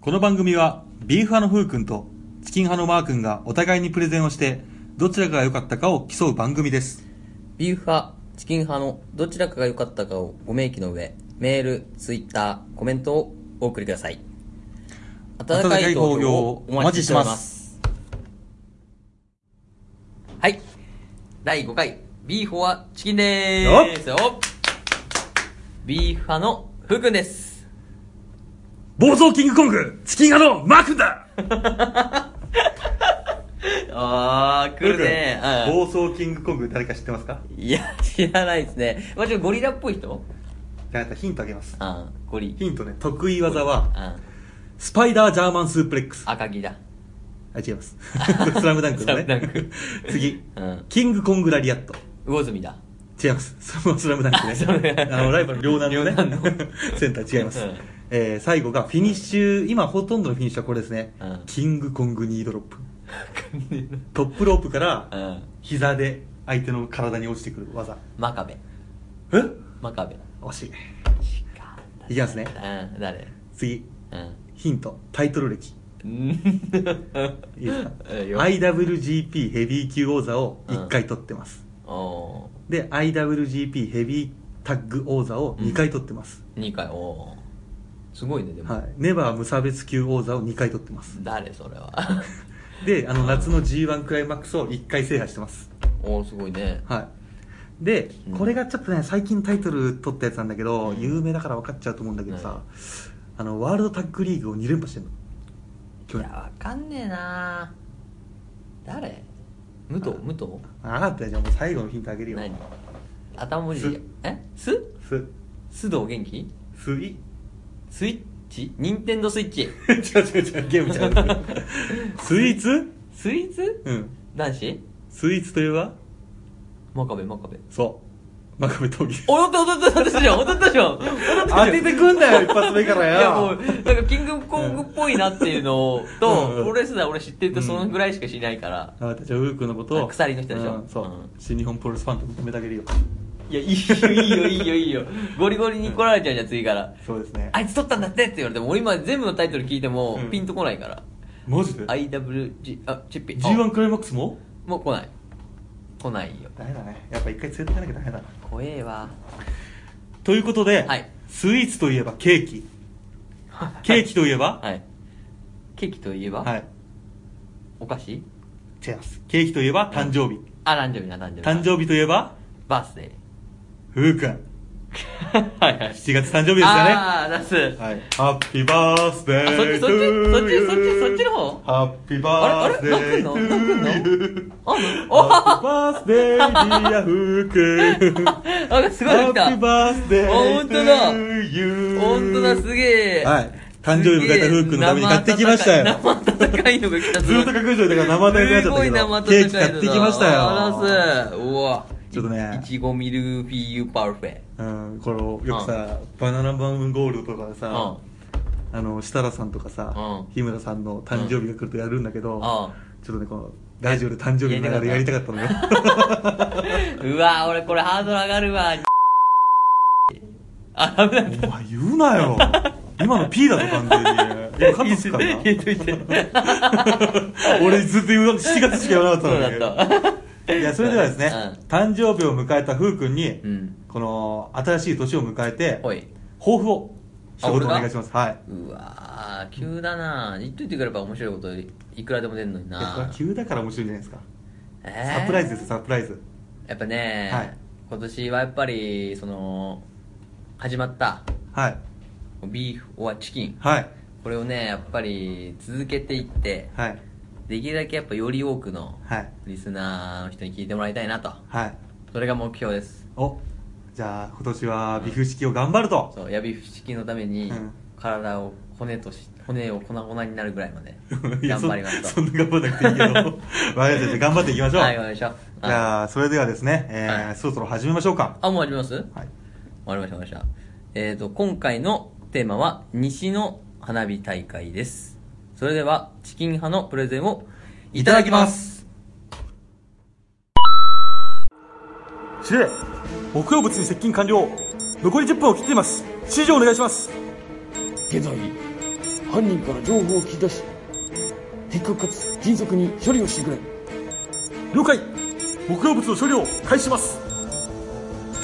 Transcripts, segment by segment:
この番組はビーフ派のふうくんとチキン派のマーくんがお互いにプレゼンをしてどちらが良かったかを競う番組ですビーフ派、チキン派のどちらかが良かったかをご明記の上、メール、ツイッター、コメントをお送りください。。温かい投票をお待ちしておりますはい。第5回、ビーフはチキンでーす。よっビーフ派のふうくんです。暴走キングコングチキン派のマーくんだあー、来るね。うん暴走キングコング誰か知ってますかいや、知らないですね。まあ、ちょっとゴリラっぽい人じゃあヒントあげますあーゴリ。ヒントね得意技はあスパイダージャーマンスープレックスー赤木だ。あ違います スラムダンクのスラムダンねク次、うんキングコングラリアット魚住だ。違います。それもスラムダンクあそうねね。あの、ライバル、両南のね両南の、 センター違いますうん。えー、最後がフィニッシュ、今ほとんどのフィニッシュはこれですねうん。キングコングニードロップ。トップロープからうん。膝で相手の体に落ちてくる技。真壁。え真壁。惜しい。ういきますね。ん、誰次、うん。ヒント、タイトル歴。いいですかえよ ?IWGP ヘビー級王座を1回取ってます。おで、IWGP ヘビータッグ王座を2回取ってます。ー、2回、おー。すごいね、でも。はい。ネバー無差別級王座を2回取ってます。誰それは。であの夏の g 1クライマックスを1回制覇してますおー、すごいね。はいで、うんこれがちょっとね最近タイトル取ったやつなんだけど、うん有名だから分かっちゃうと思うんだけどさ、あのワールドタッグリーグを2連覇してんのい去や、年わかんねえな誰武藤あ武藤あかったよじゃあもう最後のヒントあげるよ何頭文字すえすす須藤元気すい 違うスイッチニンテンドースイッチ違う違うゲームちゃ うスイーツスイーツうん男子スイーツといえば真壁真壁そう真壁闘技踊った踊った踊った じゃん踊ったじゃん踊ったじゃん当ててくんだよ一発目からよいやもうなんかキングコングっぽいなっていうのと、うんプロレスラー俺知ってるとそのぐらいしか知らないから、あなたじゃあウー君のことをあ鎖の人でしょうんそう、うん新日本プロレスファンと認めてあげるよいやいいよいいよいいよいいよ ゴリゴリに来られちゃうじゃん次からそうですねあいつ取ったんだってって言われても俺今全部のタイトル聞いてもうんピンとこないから、マジで IWG あチッピ G1 クライマックスもあもう来ない来ないよダメだねやっぱ一回連れていかなきゃダメだな怖えわということで、はいスイーツといえばケーキケーキといえばは はいケーキといえば、い、お菓子違いますケーキといえば誕生日、あ誕生日な誕生日な誕生日といえばバースデふうくんー はいはい7月誕生日ですよねああ出す、はい、ハッピーバースデあそっーちそっち to そっち you そっちそっちの方ハッピーバースデあれーあれ泣くの泣く to you あ ハッピーバースデーディアふうくんおなんか すごいハッの来ピたーバースデーあ本当だ to you 本当だすげえはい誕生日迎えたフー君のために買ってきましたよ生温かいのが来たずーっと隠しといたから生温かくなっちすゃったごけい生温どかいケーのキ買ってきましたよあらすうわちょっとねいちごミルフィーユパルフェうんこれをよくさバナナマンゴールドとかでさあの設楽さんとかさうん日村さんの誕生日が来るとやるんだけうどんちょっとねこのラジオで誕生日の流れやりたかったのようんうわ俺これハードル上がるわあ危ないお前言うなよ今の P だぞ完全にいやカットすっからな言っといて俺ずっと言うの7月しか言わなかそうったのだにったいやそれではですね、う誕生日を迎えたふう君に、うんこの新しい年を迎えておい抱負を一言お俺が願いしますはいうわー急だな言っといてくれば面白いこといくらでも出んのにいやそれはな急だから面白いんじゃないですか、えーサプライズですサプライズやっぱね、はい今年はやっぱりその始まったはいビーフ・オア・チキンはいこれをねやっぱり続けていってはいできるだけやっぱより多くのはいリスナーの人に聞いてもらいたいなとはいそれが目標ですおじゃあ今年はビフ式を頑張ると、そうヤビーフチキンのためにうん体を骨とし骨を粉々になるぐらいまで いや頑張りますとそんそんな頑張らなくてい いけどわかりましたじゃあ頑張っていきましょう、はい頑張りましょうじゃあそれではですね、えーはいそろそろ始めましょうかあもうありますはいわかりました、わかりました。えっ、と、今回のテーマは、西の花火大会です。それでは、チキン派のプレゼンをいただきます。司令目標物に接近完了残り10分を切っています指示をお願いします現在、犯人から情報を聞き出し的確かつ迅速に処理をしてくれ了解目標物の処理を開始します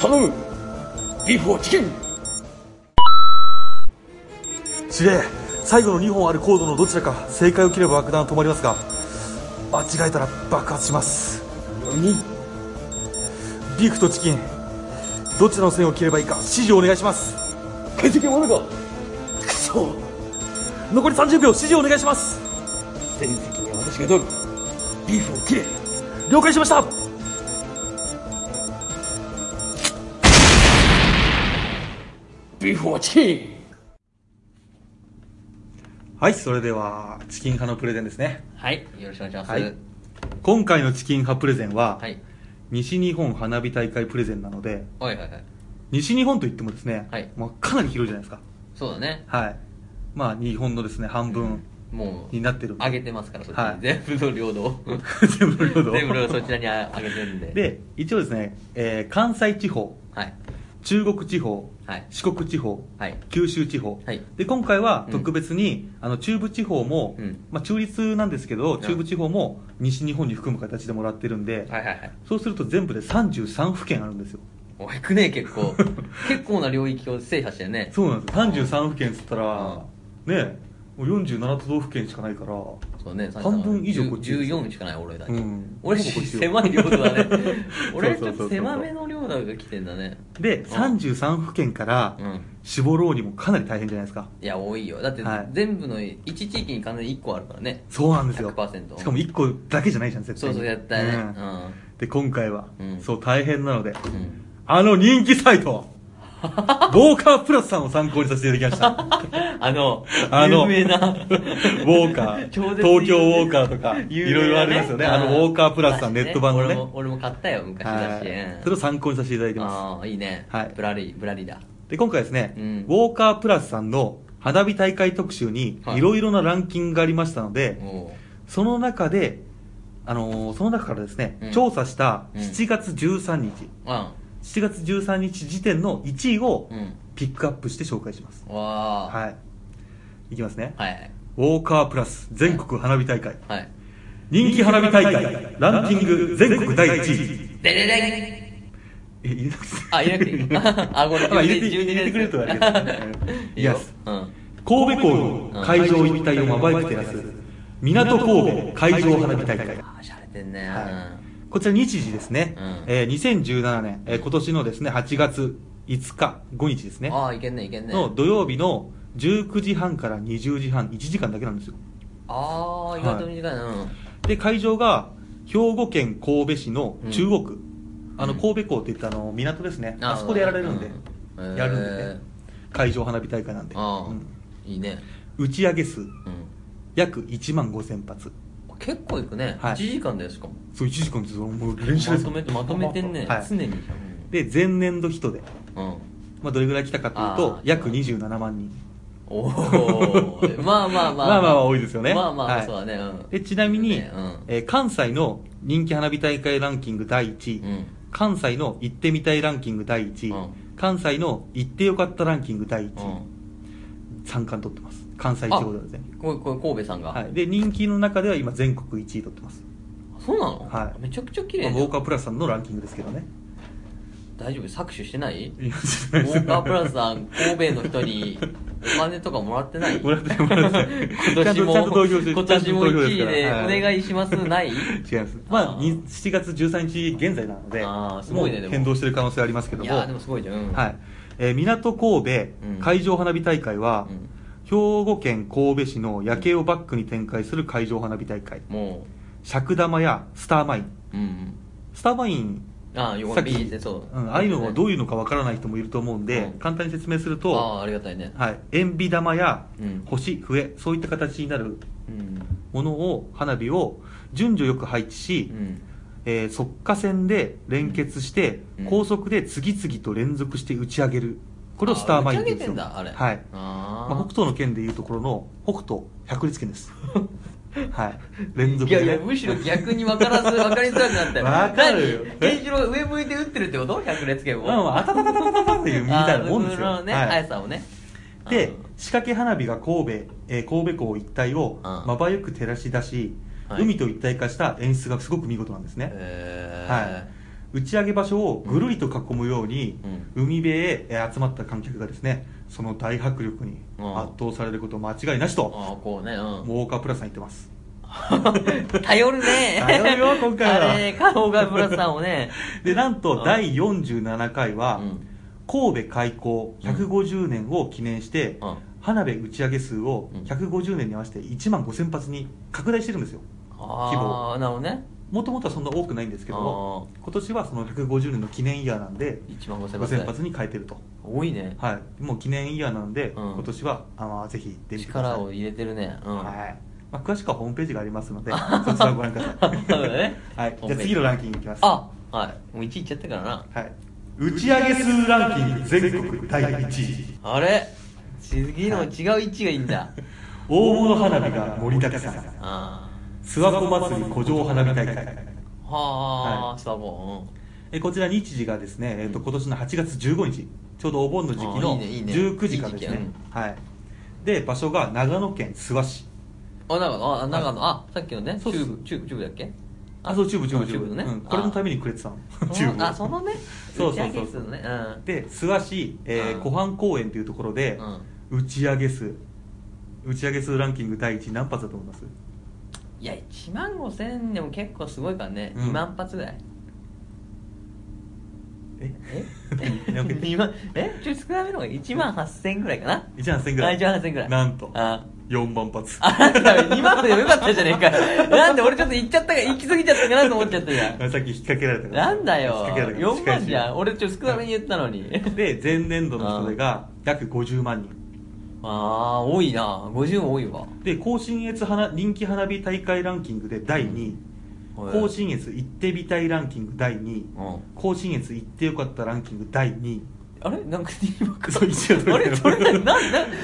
頼むビーフをチキン司令最後の2本あるコードのどちらか正解を切れば爆弾は止まりますが間違えたら爆発しますにビーフとチキンどちらの線を切ればいいか指示をお願いします解析はまだかくそ残り30秒指示をお願いします全責任は私が取るビーフを切れ了解しましたビーフをチキンはいそれではチキン派のプレゼンですねはい。よろしくお願いします。はい今回のチキン派プレゼンは、はい。西日本花火大会プレゼンなのではいはいはい。西日本といってもですね、はいまあ、かなり広いじゃないですかそうだね。はいまあ日本のですね半分もう、になってる上げてますから、そっちに。はい全部の領土を。 全部の領土を全部の領土をそちらにあ上げてるんで。 で一応ですね、えー関西地方はい。中国地方、はい四国地方、はい。九州地方、はいで今回はうん特別に、あの中部地方も、うんまあ、中立なんですけどん中部地方も西日本に含む形でもらってるんで、はいはいはい。そうすると全部で33府県あるんですよおいくね結 構。結構な領域を制覇してるね。そうなんです33府県っつったら、ねもう47都道府県しかないからそうね、半分以上こっちです14しかない、俺だけ。うん俺、ほぼこっちよ。狭い領土だね そうそうそうそう俺、ちょっと狭めの領土が来てんだね。で33府県からうん。絞ろうにもかなり大変じゃないですかいや、多いよ。だってはい、全部の、一地域に完全に1個あるからね。そうなんですよ100%しかも1個だけじゃないじゃん絶そ対うにそう、やったね。うんで今回は、うんそう大変なのでうん。うん あの人気サイ トウォーカープラスさんを参考にさせていただきましたあの、あの有名 な。ウォーカ ー、超絶東京ウォーカーとか、い有名なねろいろありますよね。あの、ウォーカープラスさん、ネット版の俺ね。も、俺も買ったよ、昔だし。はい。それを参考にさせていただいてまああ、いいね。はいぶらり、ぶらりだ。す。で、今回ですね、うんウォーカープラスさんの花火大会特集に、はいいろいろなランキングがありましたので、おうその中で、あのーその中からですね、うん調査したうん7月13日、あ7月13日時点の1位をうん。ピックアップして紹介します。わあ。はい。いきますね。はい。ウォーカープラス全国花火大会。はい。人気花火大会ランキング全国第1位でででえ入れなくてあ、入れなくてい いあ、これ、まあ入れて自分で入れてくれるとあれだけど いいよ Yes うん。神戸港会場一帯をまばゆく照らす港神戸海上花火大会あ、しゃれてんね。はこちら日時ですね、うんえー2017年、えー今年のですね8月5日5日ですねああ、いけんね、いけんね。の土曜日の19時半から20時半1時間だけなんですよああ、意外と短いな。うんで会場が兵庫県神戸市の中央区、あのうん神戸港っていったあの港ですね、ああそこでやられるんで、うんやるんでね、へー会場花火大会なんで、ああうん、いいね。打ち上げ数うん。約1万5000発結構いくね。はい1時間だよ、しかも。そう1時間ずつもう練習でますとめて、まとめてんねは。い常に。で前年度人で、うん。まあ、どれぐらい来たかというとあー約27万人おお。まあまあまあ。まあまあ多いですよねまあまはあ、いそうだね。うんでちなみに、ねうんえー関西の人気花火大会ランキング第1位、うん。関西の行ってみたいランキング第1位、うん関西の行ってよかったランキング第1う位、ん。三冠取ってます関西地方では全これ、これ、神戸さん部、はが。い、で人気の中では今全国1位取ってます、そうなのはいめちゃくちゃ綺まあ麗ウじゃんォーカープラスさんのランキングですけどね大丈夫搾取し てないウォウォーカープラスさん、神戸の人にお金とかもらって ないもらってないもらってない今年も、ちゃんとちゃんと投票して今年もちゃんと投票1です位からではおい願いします、 ない違いますまああーに7月13日現在なのであーすごいねもうでも変動してる可能性ありますけどいもやーでもすごいじゃん。うんはいえー港神戸うん海上花火大会は、うん兵庫県神戸市の夜景をバックに展開する海上花火大会も尺玉やスターマインう、うん。スターマインああ、横さっにきビーってそう。うん、ああいうのがどうういうのかわからない人もいると思うんで、うん簡単に説明するあと、あ、ありがたいね。はい、塩ビ玉やうん星、笛そういった形になるうん。ものを花火を順序よく配置し、うん。えー速火線で連結して、うん高速で次々と連続して打ち上げるこれをスターマインって言うんですよあ打ち上げてんだあはれいあまあ、北あ。東の県でいうところの北東百立県です はい連続で、ね、いやいや、むしろ逆に分からず、分かりづらくなったよ。 わかるよ何ケンシロウ上向いて打ってるってこと百列拳を。 まあまああたたたたたたたっていうみたいなもんですよあーそういうのね、はい速さをね。でうん仕掛け花火が神戸、えー神戸港一帯をんまばゆく照らし出し、はい海と一体化した演出がすごく見事なんですね、えはい、打ち上げ場所をぐるりと囲むように、海辺へえー集まった観客がですねその大迫力にうん圧倒されること間違いなしと、ああこうねうもうウォーカープラスさん言ってますん頼るね頼るよ今回はあれ顔がブラスさんをねでなんうとん第47回 は、うん神戸開港150年を記念して、うん花火打ち上げ数をうん150年に合わせて1万5000発に拡大してるんですよああなるほどねもともとはそんな多くないんですけども今年はその150年の記念イヤーなんで1万5000 5000発発に変えてると多いねはいもう記念イヤーなんで、うん今年はあのぜひ行ってみてください力を入れてるねうんはいまあ、詳しくはホームページがありますの でそちらをご覧くださいそうだね はい、ホじゃあームページ次のランキングいきますあはいもう1位いっちゃったからなはい、打ち上げ数ランキング全国第1位あれ次の違う位置がいい んだ大物花火が盛りだくさんあ諏訪湖祭り古城花火大会あははあスタボえこちら日時がですね、えっと今年の8月15日ちょうどお盆の時期あのいいねいいね19時からですねいい時期はいで場所が長野県諏訪市うんあ長野あ長野あさっきのねチそュうっすーブチューブチューブだっけあそうチューブチューブチューブねうんこれのためにくれてたのチューブあそのねそう打そうちそう上げ数のねうんで諏訪市、えーうん湖畔公園というところで、打ち上げ数打ち上げ数ランキング第1位何発だと思いますいや1万5000でも結構すごいからねうん2万発ぐらいええ 何2万えちょっと少なめの方が1万8000ぐらいかな1万1000ぐらいあ1万8000ぐらいなんとあ4万発あなた今のでもよかったじゃねえか なんで俺ちょっと行っちゃったか行き過ぎちゃったかなと思っちゃったじゃんさっき引っ掛けられたからなんだ引っよ掛けられたから4万じゃん近い俺ちょっと少なめに言ったのに しで前年度の人出が約50万人ああ多いな50も多いわで甲信越花人気花火大会ランキングで第2位、甲信越行ってみたいランキング第2位うん甲信越行ってよかったランキング第2位あれなんか今かそう一応あれそれ何何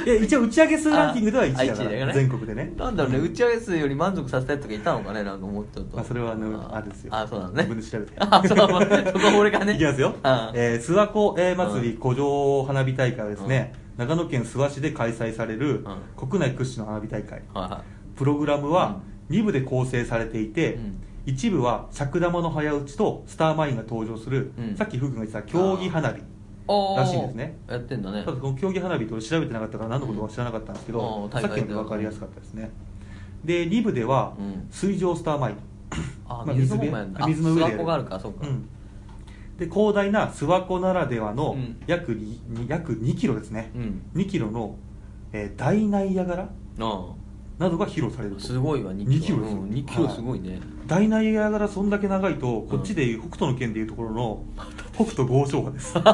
い や一応打ち上げ数ランキングでは1位だああか一位だかららね全国でねなんだろうね打ち上げ数より満足させたいとかいたのかねなんか思っちゃうとまあそれはあのあれですよあそうなのね自分で調べて あそうまあそこは俺がねいきますよ、あえー諏訪湖、えー祭り古城花火大会はですね、長野県諏訪市で開催されるう国内屈指の花火大会はプログラムは2部で構成されていて、うん一部は尺玉の早打ちとスターマインが登場する、うんさっき福君が言ってた競技花火いらしいですねやってんだねただこの競技花火って俺調べてなかったから何のことか知らなかったんですけど、うんさっきので分かりやすかったですねで2部ではうん水上スターマイン、あまあ水の方もやんだあ水の上で諏訪湖があるからそうかうんで広大な諏訪湖ならではのうん約,、に約2キロですね、うん2キロの、えー大ナイアガラあなどが披露されるあとすごいわ2 2キロですようん2キロすごいね大ナイアガラそんだけ長いとこっちでいう北斗の県でいうところの北斗豪商河です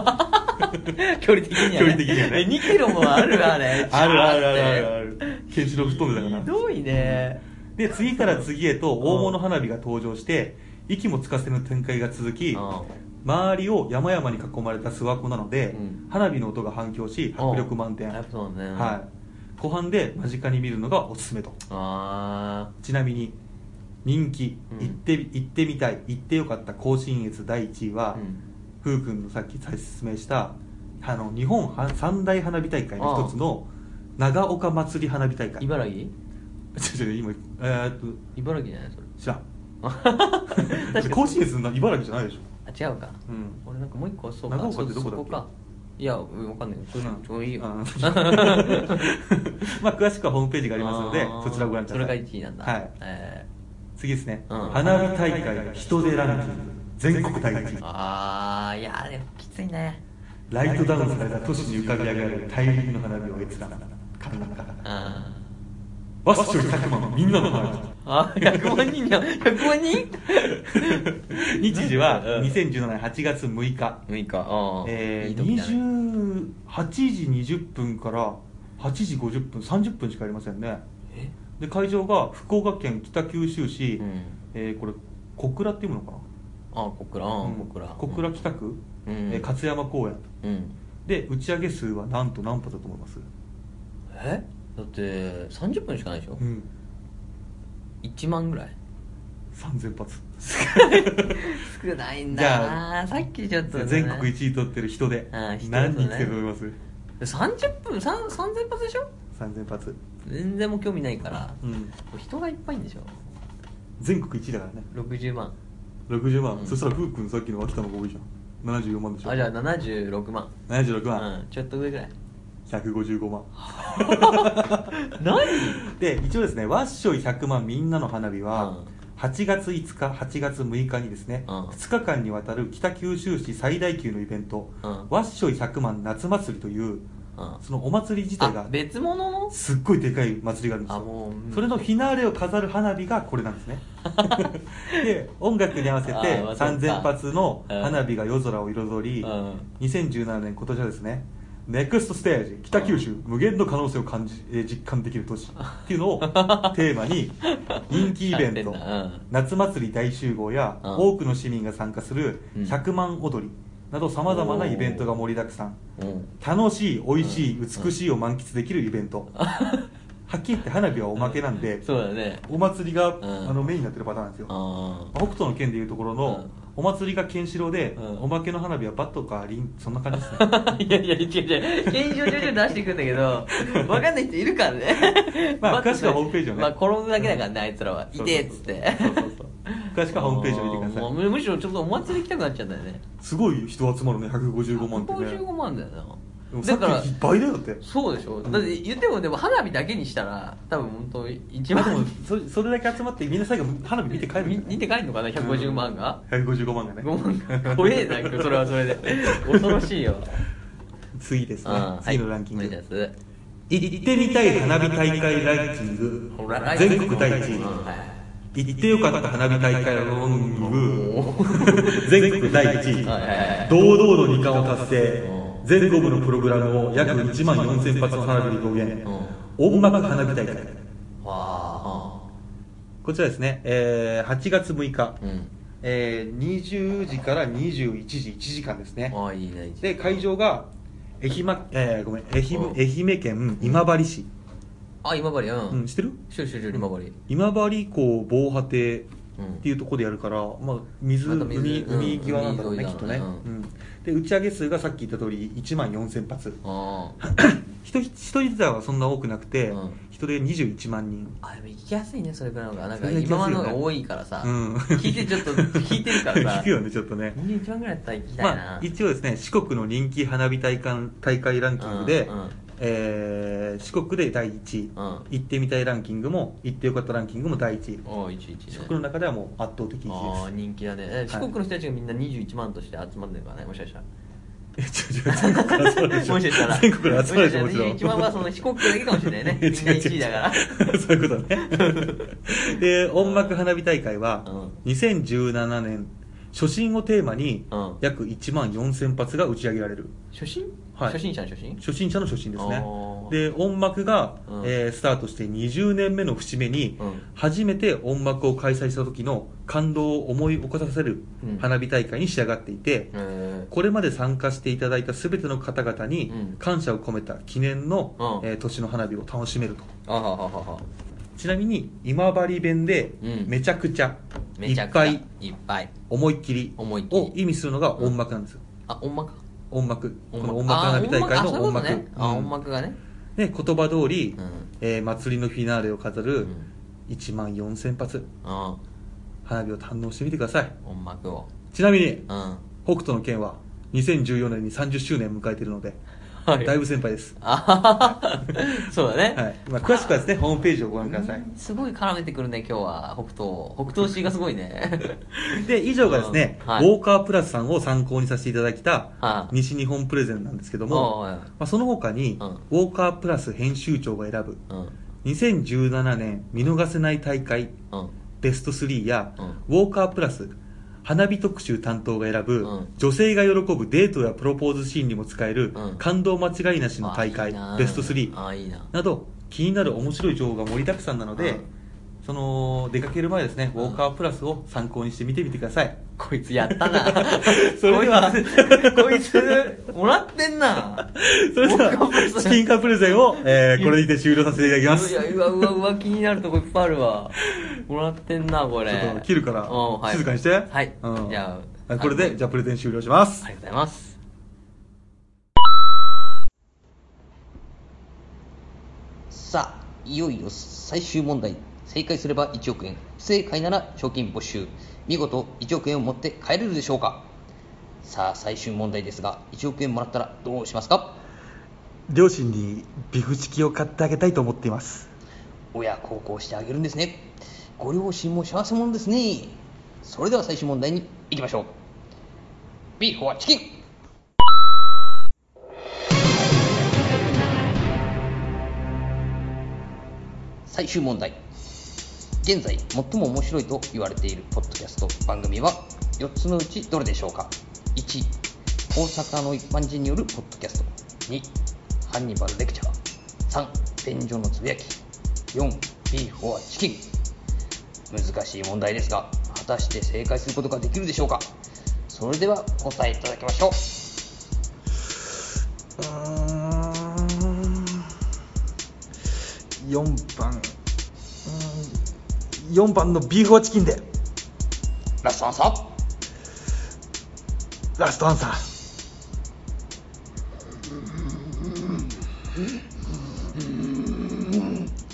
距離的にはね距離的にはねえ2キロもあるわあれ あるあるあるあるあるケンシロウ吹っ飛んでたひからどいねで次から次へと大物花火が登場して息もつかせぬ展開が続きあ周りを山々に囲まれた諏訪湖なので、うん花火の音が反響し迫力満点、あやっぱそうだねはい、湖畔で間近に見るのがおすすめとあちなみに人気、う行んって行ってみたい行ってよかった甲信越第1位あは、ふうくんのさっき説明したあの日本は三大花火大会の一つの長岡祭り花火大会茨城ちょちょ今えー、っと茨城じゃないそれ 知らん確かに甲信越の茨城じゃないでしょあ違うか、うん俺なんかもう一個そうか長岡ってどこだっけそそかいやうんわかんないけどうんちょうどいいようんま あ詳しくはホームページがありますのであーそちらをご覧くださいそれが1位なんだはい、え次ですね、うん花火大会人出ランキング全国大会ー、ああいやでもきついねライトダウンされた都市に浮かび上がる大輪の花火を閲覧観覧からあバッショイ100万みんなの花火ーあ100万人じゃん100万人 日時はうん2017年8月6日、 6日ああ、えいいー、時だね28時20分から8時50分30分しかありませんねえで会場が福岡県北九州市、うんえーこれ小倉っていうのかなああ小倉ああうん小倉小倉北区、うんえー勝山公園うんで打ち上げ数はなんと何発だと思いますえだって30分しかないでしょ、うん1万ぐらい3000発少ないんじだゃなさっきちょっとね、全国1位取ってる人であー人だと何ね人来てると思います30分さん3000発でしょ3000発全然もう興味ないから、うん人がいっぱいいんでしょ全国1位だからね60万60万、うんそしたらふうくんさっきの秋田の方が多いじゃん74万でしょあじゃあ76万76う万、んちょっと上ぐら い155万何で一応ですね「わっしょい100万みんなの花火は」うん8月5日8月6日にですね、うん2日間にわたる北九州市最大級のイベント「うんわっしょい100万夏祭り」といううんそのお祭り自体あが別物のすっごいでかい祭りがあるんですあよもうそれのフィナーレを飾る花火がこれなんですね で音楽に合わせてあーわかった3000発の花火が夜空を彩り、うん2017年今年はですねネクストステージ北九州無限の可能性を感じえー実感できる都市っていうの をテーマに人気イベントやってんだうん夏祭り大集合やうん多くの市民が参加するうん100万踊りなどさまざまなイベントが盛りだくさんうん楽しい美味しいうん美しいを満喫できるイベント はっきり言って花火はおまけなんでそうだねお祭りがんあのメインになってるパターンなんですよあ北斗の県でいうところの、お祭りがケンシロウで、うんおまけの花火はバットかリンそんな感じですねあ いやいや違う違う検証上々出していくんだ けど分かんない人いるからね まあ詳しくはホームページをねまあ転ぶだけだからねあいつらはそいうそうそうてえっつってそうそうそう詳しくはホームページを見てくだあーさいもうむしろちょっとお祭り行きたくなっちゃったよねすごい人集まるね155万ってね155万だよでなもさだからっき倍だよだってそうでしょうんだって言ってもでも花火だけにしたら多分本当一まあでも番それそれだけ集まってみんな最後花火見て帰るんじゃない見て帰るのかな150万が155万がね5 万が怖えなそれはそれで恐ろしいよ次ですねあー次のランキング、はいお願いします行ってみたい花火大会ランキングほら全国第一位うんはい行ってよかった花火大会ランキング 全国第1位はいはいはい堂々の2冠を達成う全国のプログラムを約1万4000発の花火で表現音楽花火大会わあこちらですね、えー8月6日、うんえー20時から21時1時間ですねああいいねで会場が愛媛,、えーごめん愛媛うん愛媛県今治市、あ今治ううんん、知ってるしょしょしょ今治今治港防波堤うんっていうところでやるから、まあ、水,、また水海うん海際なんだろうね、海き沿っいとだろうね、ねうんで打ち上げ数がさっき言った通り1万4000発ああ人一人自体はそんな多くなくて、うん人で21万人あでも行きやすいねそれくらいの方がなんそかれが行き今やますいでよねのが多いからさ、うん聞いてちょっと聞いてるからさ 聞くよねちょっとね21番ぐらいだったら行きたいな、まあ、一応ですね四国の人気花火大会大会ランキングで、うんうんえー四国で第1位、うん行ってみたいランキングも行ってよかったランキングも第1位おう11ね四国の中ではもう圧倒的あ1あ 位人気だねえ四国の人たちがみんな21万として集まってるからねもしかしたらですえ違う違う全国から集まるでしょ もしかしたら全国から集まるでしょもちろんもしかしたら21万はその四国だ けかもしれないねみんな1位だか違うら違う違う そういうことねで音楽花火大会はう2017年初心をテーマにうん約1万4000発が打ち上げられる初心、はい初心者の初心初心者の初心ですねあーで音楽が、うんえースタートして20年目の節目に、うん初めて音楽を開催した時の感動を思い起こさせるうん花火大会に仕上がっていて、えこれまで参加していただいた全ての方々にうん感謝を込めた記念の、うんえー年の花火を楽しめるとー、あははははちなみに今治弁でうんめちゃくちゃ、いめちゃっくちぱゃいいっぱい思いっきり思いっきりを意味するのが音楽なんですよ、あ音幕音楽この音楽花火大会の音あ楽そういうことねあうん音幕がねで言葉通り、うんえー祭りのフィナーレを飾うるん1万4000発あ花火を堪能してみてください音幕をちなみにうんは北斗の県は2014年に30周年を迎えているので、だいぶ先輩です、あ はははそうだね、はいまあ、詳しくはですねホームページをご覧くださいすごい絡めてくるね今日は北東北東市がすごいね で以上がですね、うんはいウォーカープラスさんを参考にさせていただきたはい西日本プレゼンなんですけども、おいおいまあ、その他に、うんウォーカープラス編集長が選ぶうん2017年見逃せない大会うんベスト3や、うんウォーカープラス花火特集担当が選ぶ、うん女性が喜ぶデートやプロポーズシーンにも使える、うん感動間違いなしの大会あいいなベスト3ああいいななど気になる面白い情報が盛りだくさんなので、うんその出かける前ですね、ウォーカープラスを参考にしてみてみてくださ いこいつやったな それではこいつこいつもらってんなそれでウォーカープラはスチキンカープレゼンを、えーこれにて終了させていただきますいやうわうわうわ気になるとこいっぱいあるわもらってんなこれちょっと切るから、うんはい静かにしてはい、うんじゃあこれで、はいじゃあプレゼン終了しますありがとうございますいよいよ最終問題正解すれば1億円不正解なら賞金没収見事1億円を持って帰れるでしょうかさあ最終問題ですが1億円もらったらどうしますか両親にビフチキを買ってあげたいと思っています親孝行してあげるんですねご両親も幸せ者ですねそれでは最終問題に行きましょうビーフォアチキン最終問題現在最も面白いと言われているポッドキャスト番組は4つのうちどれでしょうか1大阪の一般人によるポッドキャスト2ハンニバルレクチャー3便所のつぶやき4ビーフォアチキン難しい問題ですが果たして正解することができるでしょうかそれでは答えいただきましょううーん4番うーん4番のビーフォアチキンでラストアンサーラストアンサー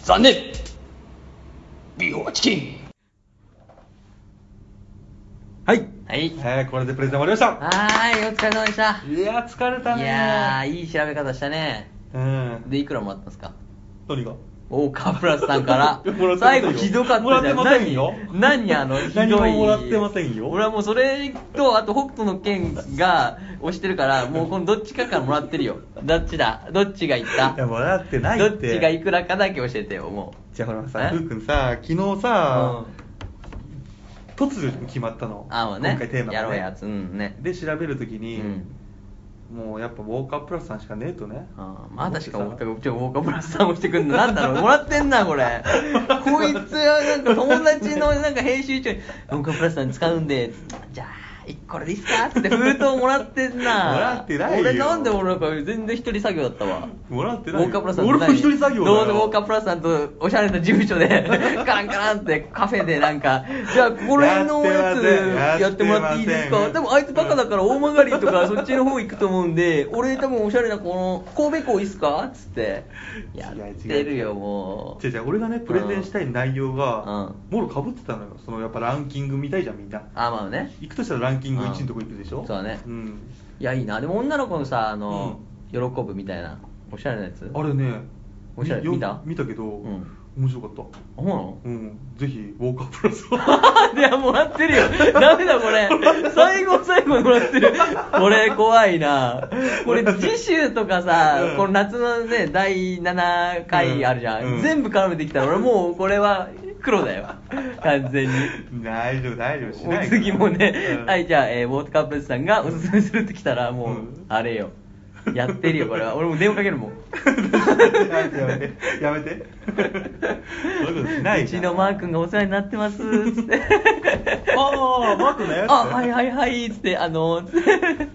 残念ビーフォアチキンはい、はい。えー、これでプレゼン終わりましたはーい、お疲れ様でした。いやー疲れたねいやー、いい調べ方したね。うんで、いくらもらったんですか何がおー、カープラスさんか もらら、ってませ最んよ後ひどかったじゃん。もらってませんよ何何あの、ひどい。何ももらってませんよ俺はもうそれと、あと北斗の剣が押してるから、もうこのどっちかからもらってるよ。どっちだどっちがいっいやたもらってないってどっちがいくらかだけ教えてよ、もじゃあほらさえふうくんさ昨日う。さ、うん突如決まったのあ、まあね。今回テーマが、ね、やろうやつ。うん、ね。で調べるときうに、ん。もうやっぱウォーカープラスさんしかねえとねあーまだしか思ったちょ、ウォーカープラスさんをしてくんの。なんだろう、もらってんな、これ。 こいつはなんか友達のなんか編集長に、ウォーカープラスさん使うんで、じゃあ、一個これでいいっすかって封筒 もらってんな。もらってないよ俺なんで俺なんか全然一人作業だったわ。もらってウないォーカープラスさん俺も一人作業だどようせウォーカープラスさんとおしゃれな事務 所でカランカランってカフェでなんかじゃあここら辺のやつややっっててもませんらっていいですかやってませ多ん分あいつバカだから大曲がりとかそっちの方行くと思うんで俺多分おしゃれなこの神戸港いいっすかっつってやってるよもう違う違う俺がねプレゼンしたい内容がうもろかぶってたのよそのやっぱランキング見たいじゃんみんなあまあね行くとしたらランキング1のとこ行くでしょ、うんそうだねんいやいいなでも女の子のさあの、喜ぶみたいなおしゃれなやつあれねおしゃれみよ見た見たけど、ん面白かったそうなのうんぜひウォーカープラス をいや、もらってるよ。ダメだ、これ。最後、最後にもらってる。これ、怖いな。これ、次週とかさう、んこの夏のね、第7回あるじゃ。うんうんん全部絡めてきたら、俺もう、これは、黒だよ。完全に。大丈夫大丈夫しもなうい次もね、うんはい、じゃあ、えーウォーターカップスさんがおすすめするってきたら、もううん、あれよ。やってるよ、これは。俺も電話かけるもん。 やめてやめてそういうことしないからうちのマー君がお世話になってますつって。ああマークねあ、はいはいはい、つって、あの、つって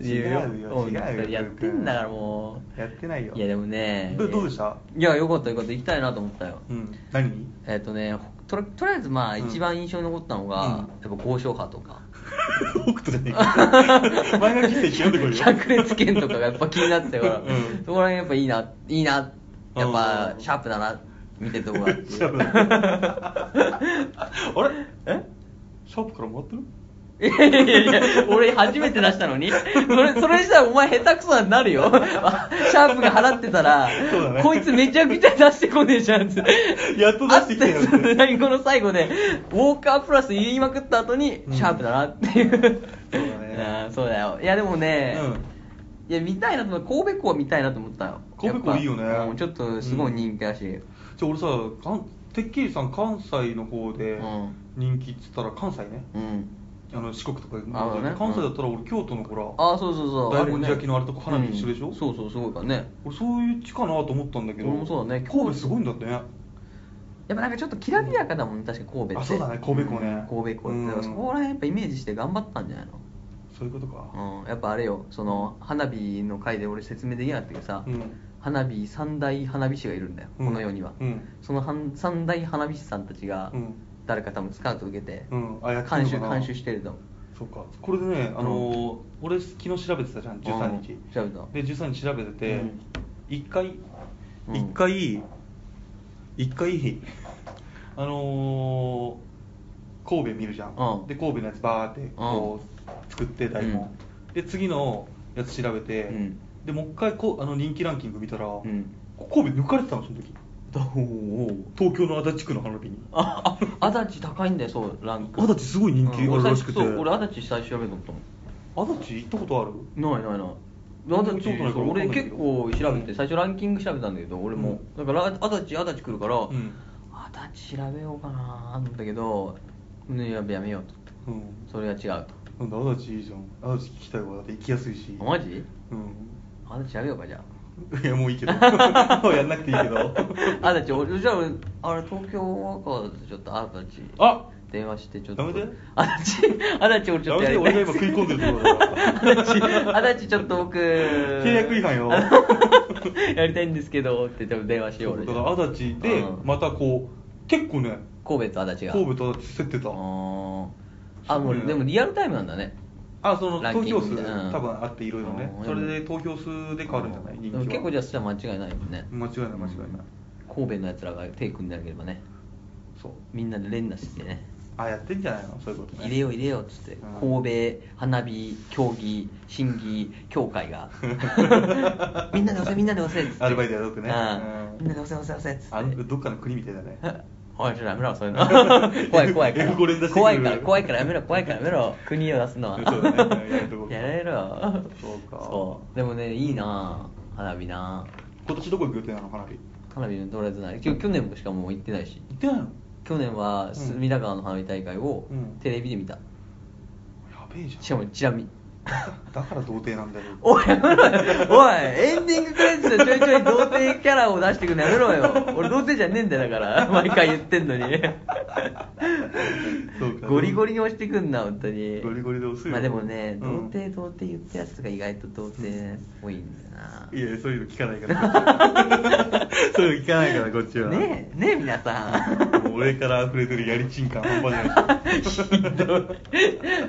違うよ違うようんやってんだからも。やってないうよいや、でもね。どどうでしたいや、よかったよかった。行きたいなと思ったよ。うん何えっ、とね、とりとりあえずまあ、うん一番印象に残ったのが、うんやっぱ豪商派とか。北斗じゃねえ か前の奇跡読んでこいよ百裂拳とかがやっぱ気になってたから、うんそこら辺やっぱいいな、いいな、やっぱうんシャープだな、見てるとこがあっ て。シャープ だあれえシャープからもらってるいやいやいや、俺初めて出したのに。それ、それしたらお前下手くそなんなるよ。シャープが払ってたら、そうだねこいつめちゃくちゃ出してこねえじゃんって。やっと出してきたよあって最後の最後で、ウォーカープラス言いまくった後に、うんシャープだなっていう。そうだねそうだよ。いやでもね、いや見たいなと思った神戸港は見たいなと思ったよ。神戸港いいよねやっぱうんちょっとすごい人気だし。じゃあ俺さかんてっきりさん関西の方でうん人気っつったら関西ねうんあの四国とかなるほどね関西だったら俺京都のほらああ、そうそうそう。大れ文ね字焼きのあれとか花火一緒でしょうんそうそう、すごいからね。俺そういう地かなと思ったんだけど俺もそうだね神戸すごいんだってねやっぱなんかちょっときらびやかだもんね、確か神戸って。あそうだね神戸港ねうん神戸港って。うんだからそこら辺やっぱイメージして頑張ったんじゃないのそういうことかうん、やっぱあれよ、その花火の回で俺説明できなかったけどさ、うん花火、三大花火師がいるんだよ、うんこの世には。うんその三三大花火師さんたちがうん、誰か多分スカウト受けて、うんあやってん監の修、かな監修してると思う。そうかこれでね、あのー俺昨日調べてたじゃん13日、うん調べたで13日調べてて、うん一回うん一回一回あのー神戸見るじゃん、うんで神戸のやつバーってこう作って台本、で次のやつ調べて、うんでもう一回こうあの人気ランキング見たら、ん神戸抜かれてたのその時だおお東京の足立区の花火にああ足立高いんだよそうランク足立すごい人気うんあるらしくて俺最初そう俺足立最初調べると思ったもん足立行ったことあるないないない足立俺も行ったことないからわ俺かんないけ結ど構調べて最初ランキング調べたんだけど俺も、だから足立足立来るから、ん足立調べようかなーと思ったけど、ね、やべやめようとうんそれは違うとなんだ足立いいじゃん足立聞きたいわだって行きやすいしあマジうん足立調べようか じゃいやもういいけ どもうやんなくていいけどあ足立俺じゃあ俺あれ東京ワーカーズちょっと足立あ電話してちょっとやめて足 立足立俺ちょっとややりためて俺いが今 食い込んでるところだから足立足立ちょっと僕契契約違反よ やりたいんですけどって多分電話しようそう俺だから足立でうんまたこう結構ね神戸と足立が神戸と足立競ってたあーあもそううねでもリアルタイムなんだねあそのラン投キング票数みたいなうん多分あっていろいろねうんそれで投票数で変わるんじゃない人気ではも結構じゃあそしたら間違いないもんね間違いない間違いない神戸のやつらが手組んであげればねそうみんなで連打してねあやってんじゃないのそういうことね入れよう入れようっつって、うん神戸花火競技審議協会が みんなで押せみんなで押せっつってアルバイトやろうってねうんうんみんなで押せ押せ押せっつってあのどっかの国みたい だね おいちょっとやめろそういうの 怖い怖いから F5 連打してくる怖いから怖いからやめろ怖いからやめろ国を出すのはそうだねやめとこうかやめろそうかそうでもねいいなぁ花火な今年どこ行く予定なの花火行ぁ花火のとりあえずないきょ去年もしかもう行ってないしってないのや去年は隅田川の花火大会をうんテレビで見た、べえじゃんしかもチラ見だから童貞なんだよおいやめろよおいエンディングクレジットでちょいちょい童貞キャラを出してくるのやめろよ俺童貞じゃねえんだよだから毎回言ってんのにそうかゴリゴリに押してくんな本当にゴリゴリで押すよまあでもねう童ん貞童貞言ったやつが意外と童貞っぽいんだよないやそういうの聞かないから そういうの聞かないからこっちはねえねえ皆さん もう俺から溢れてるやりちん感半端じゃない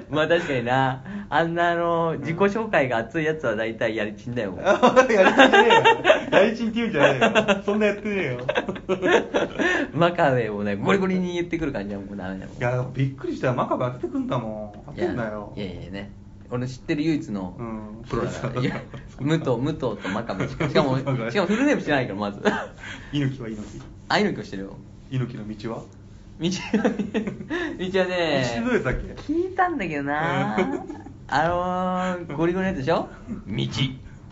まあ確かになあんなあの自己紹介が熱いやつは大体やりちん だよやりちんねえよやりちんって言うんじゃない よそんなやってねえよマカウェイをねゴリゴリに言ってくる感じはもうダメだよいやびっくりしたよ真壁当ててくんだもん当てんなよいやいやいやね俺の知ってる唯一のうん人プロだかレスラーだらいや武藤武藤と真壁しかし かもしか真壁もフルネームしてないからまず猪木は猪あいのきをしてるよ木猪木の道は 道は道はね道どうやつだっけ聞いたんだけどなあのー、ゴリゴリのやつでしょ道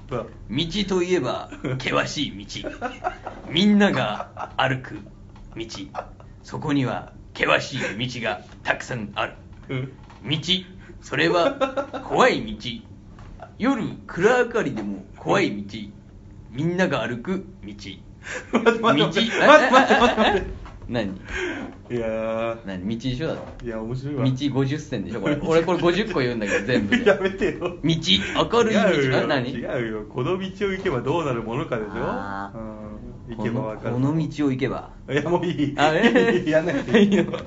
そう道といえば険しい道みんなが歩く道そこには険しい道がたくさんあるうん道それは怖い道夜暗明かりでも怖い道みんなが歩く道 待って待って待って道待って待って待って 何いやー何道一緒だろいや面白い道わ50選でしょこれ俺これ50個言うんだけ ど全部でやめてよ道明るい違う道よあ何違うよこの道を行けばどうなるものかでしょあーうん行こけばのわかるこの道を行けばいやもういいあえ やんなくていい いいのこい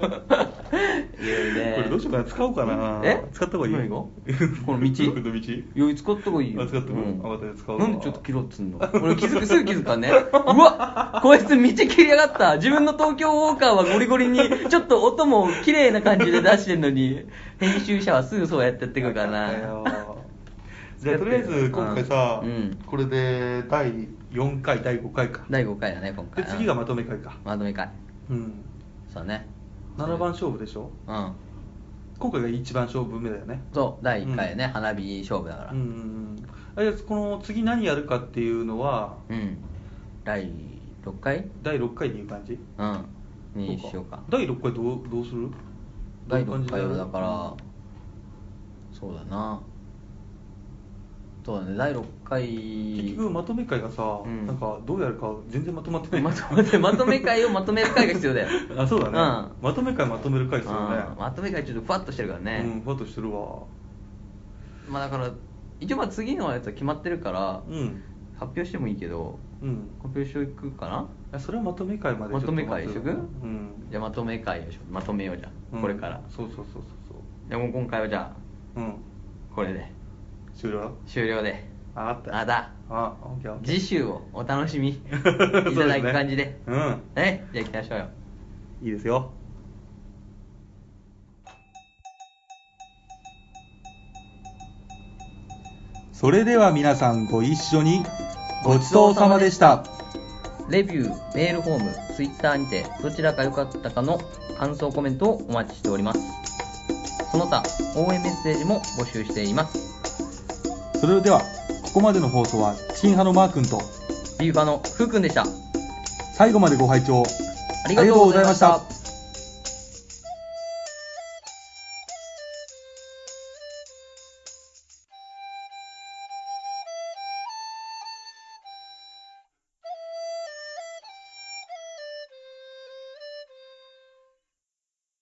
やいやねれどうしようかな使おうかなえ使った方がいい何が この道 この道いや使った方がいいよあ使った方がいいあまた使おうかなんでちょっと切ろうっ つんの俺気づくすぐ気づくからねうわこいつ道切りやがった自分の東京ウォーカーはゴリゴリにちょっと音も綺麗な感じで出してんのに編集者はすぐそうやってやってくるからわっなたよじゃあとりあえず今回さ、うんこれで第4回第5回か第5回だね今回で次がまとめ会かまとめ会うんそうね7番勝負でしょうん今回が一番勝負目だよねそう第1回ね、花火勝負だからうんうんうんあじゃあこの次何やるかっていうのはうん第6回第6回でいう感じうんにしようかそう第6回どうどうする第6回ははだからそうだなそうだね第6回結局まとめ会がさ、うんなんかどうやるか全然まとまってないまとめ まとめ会をまとめる会が必要だよ あそうだね、うんまとめ会まとめる会ですよねうんまとめ会ちょっとふわっとしてるからね、うんふわっとしてるわまあだから一応まあ次のやつは決まってるから、うん発表してもいいけどうん発表していくかなあそれはまとめ会までちょっまとめ会し待とつく、うんじゃあまとめ会をしまとめようじゃあ、うんこれからそうそうそうそうじゃあもう今回はじゃあそううんこれで終了終了で上がったあだあオッケーオッケー次週をお楽しみいた そうだすくね感じでうんねじゃあ行きましょうよいいですよそれでは皆さんご一緒にごちそうさまでしたレビューメールフォームツイッターにてどちらが良かったかの感想コメントをお待ちしておりますその他応援メッセージも募集していますそれではここまでの放送はチキン派のマー君とビーファのふうくんでした最後までご拝聴ありがとうございました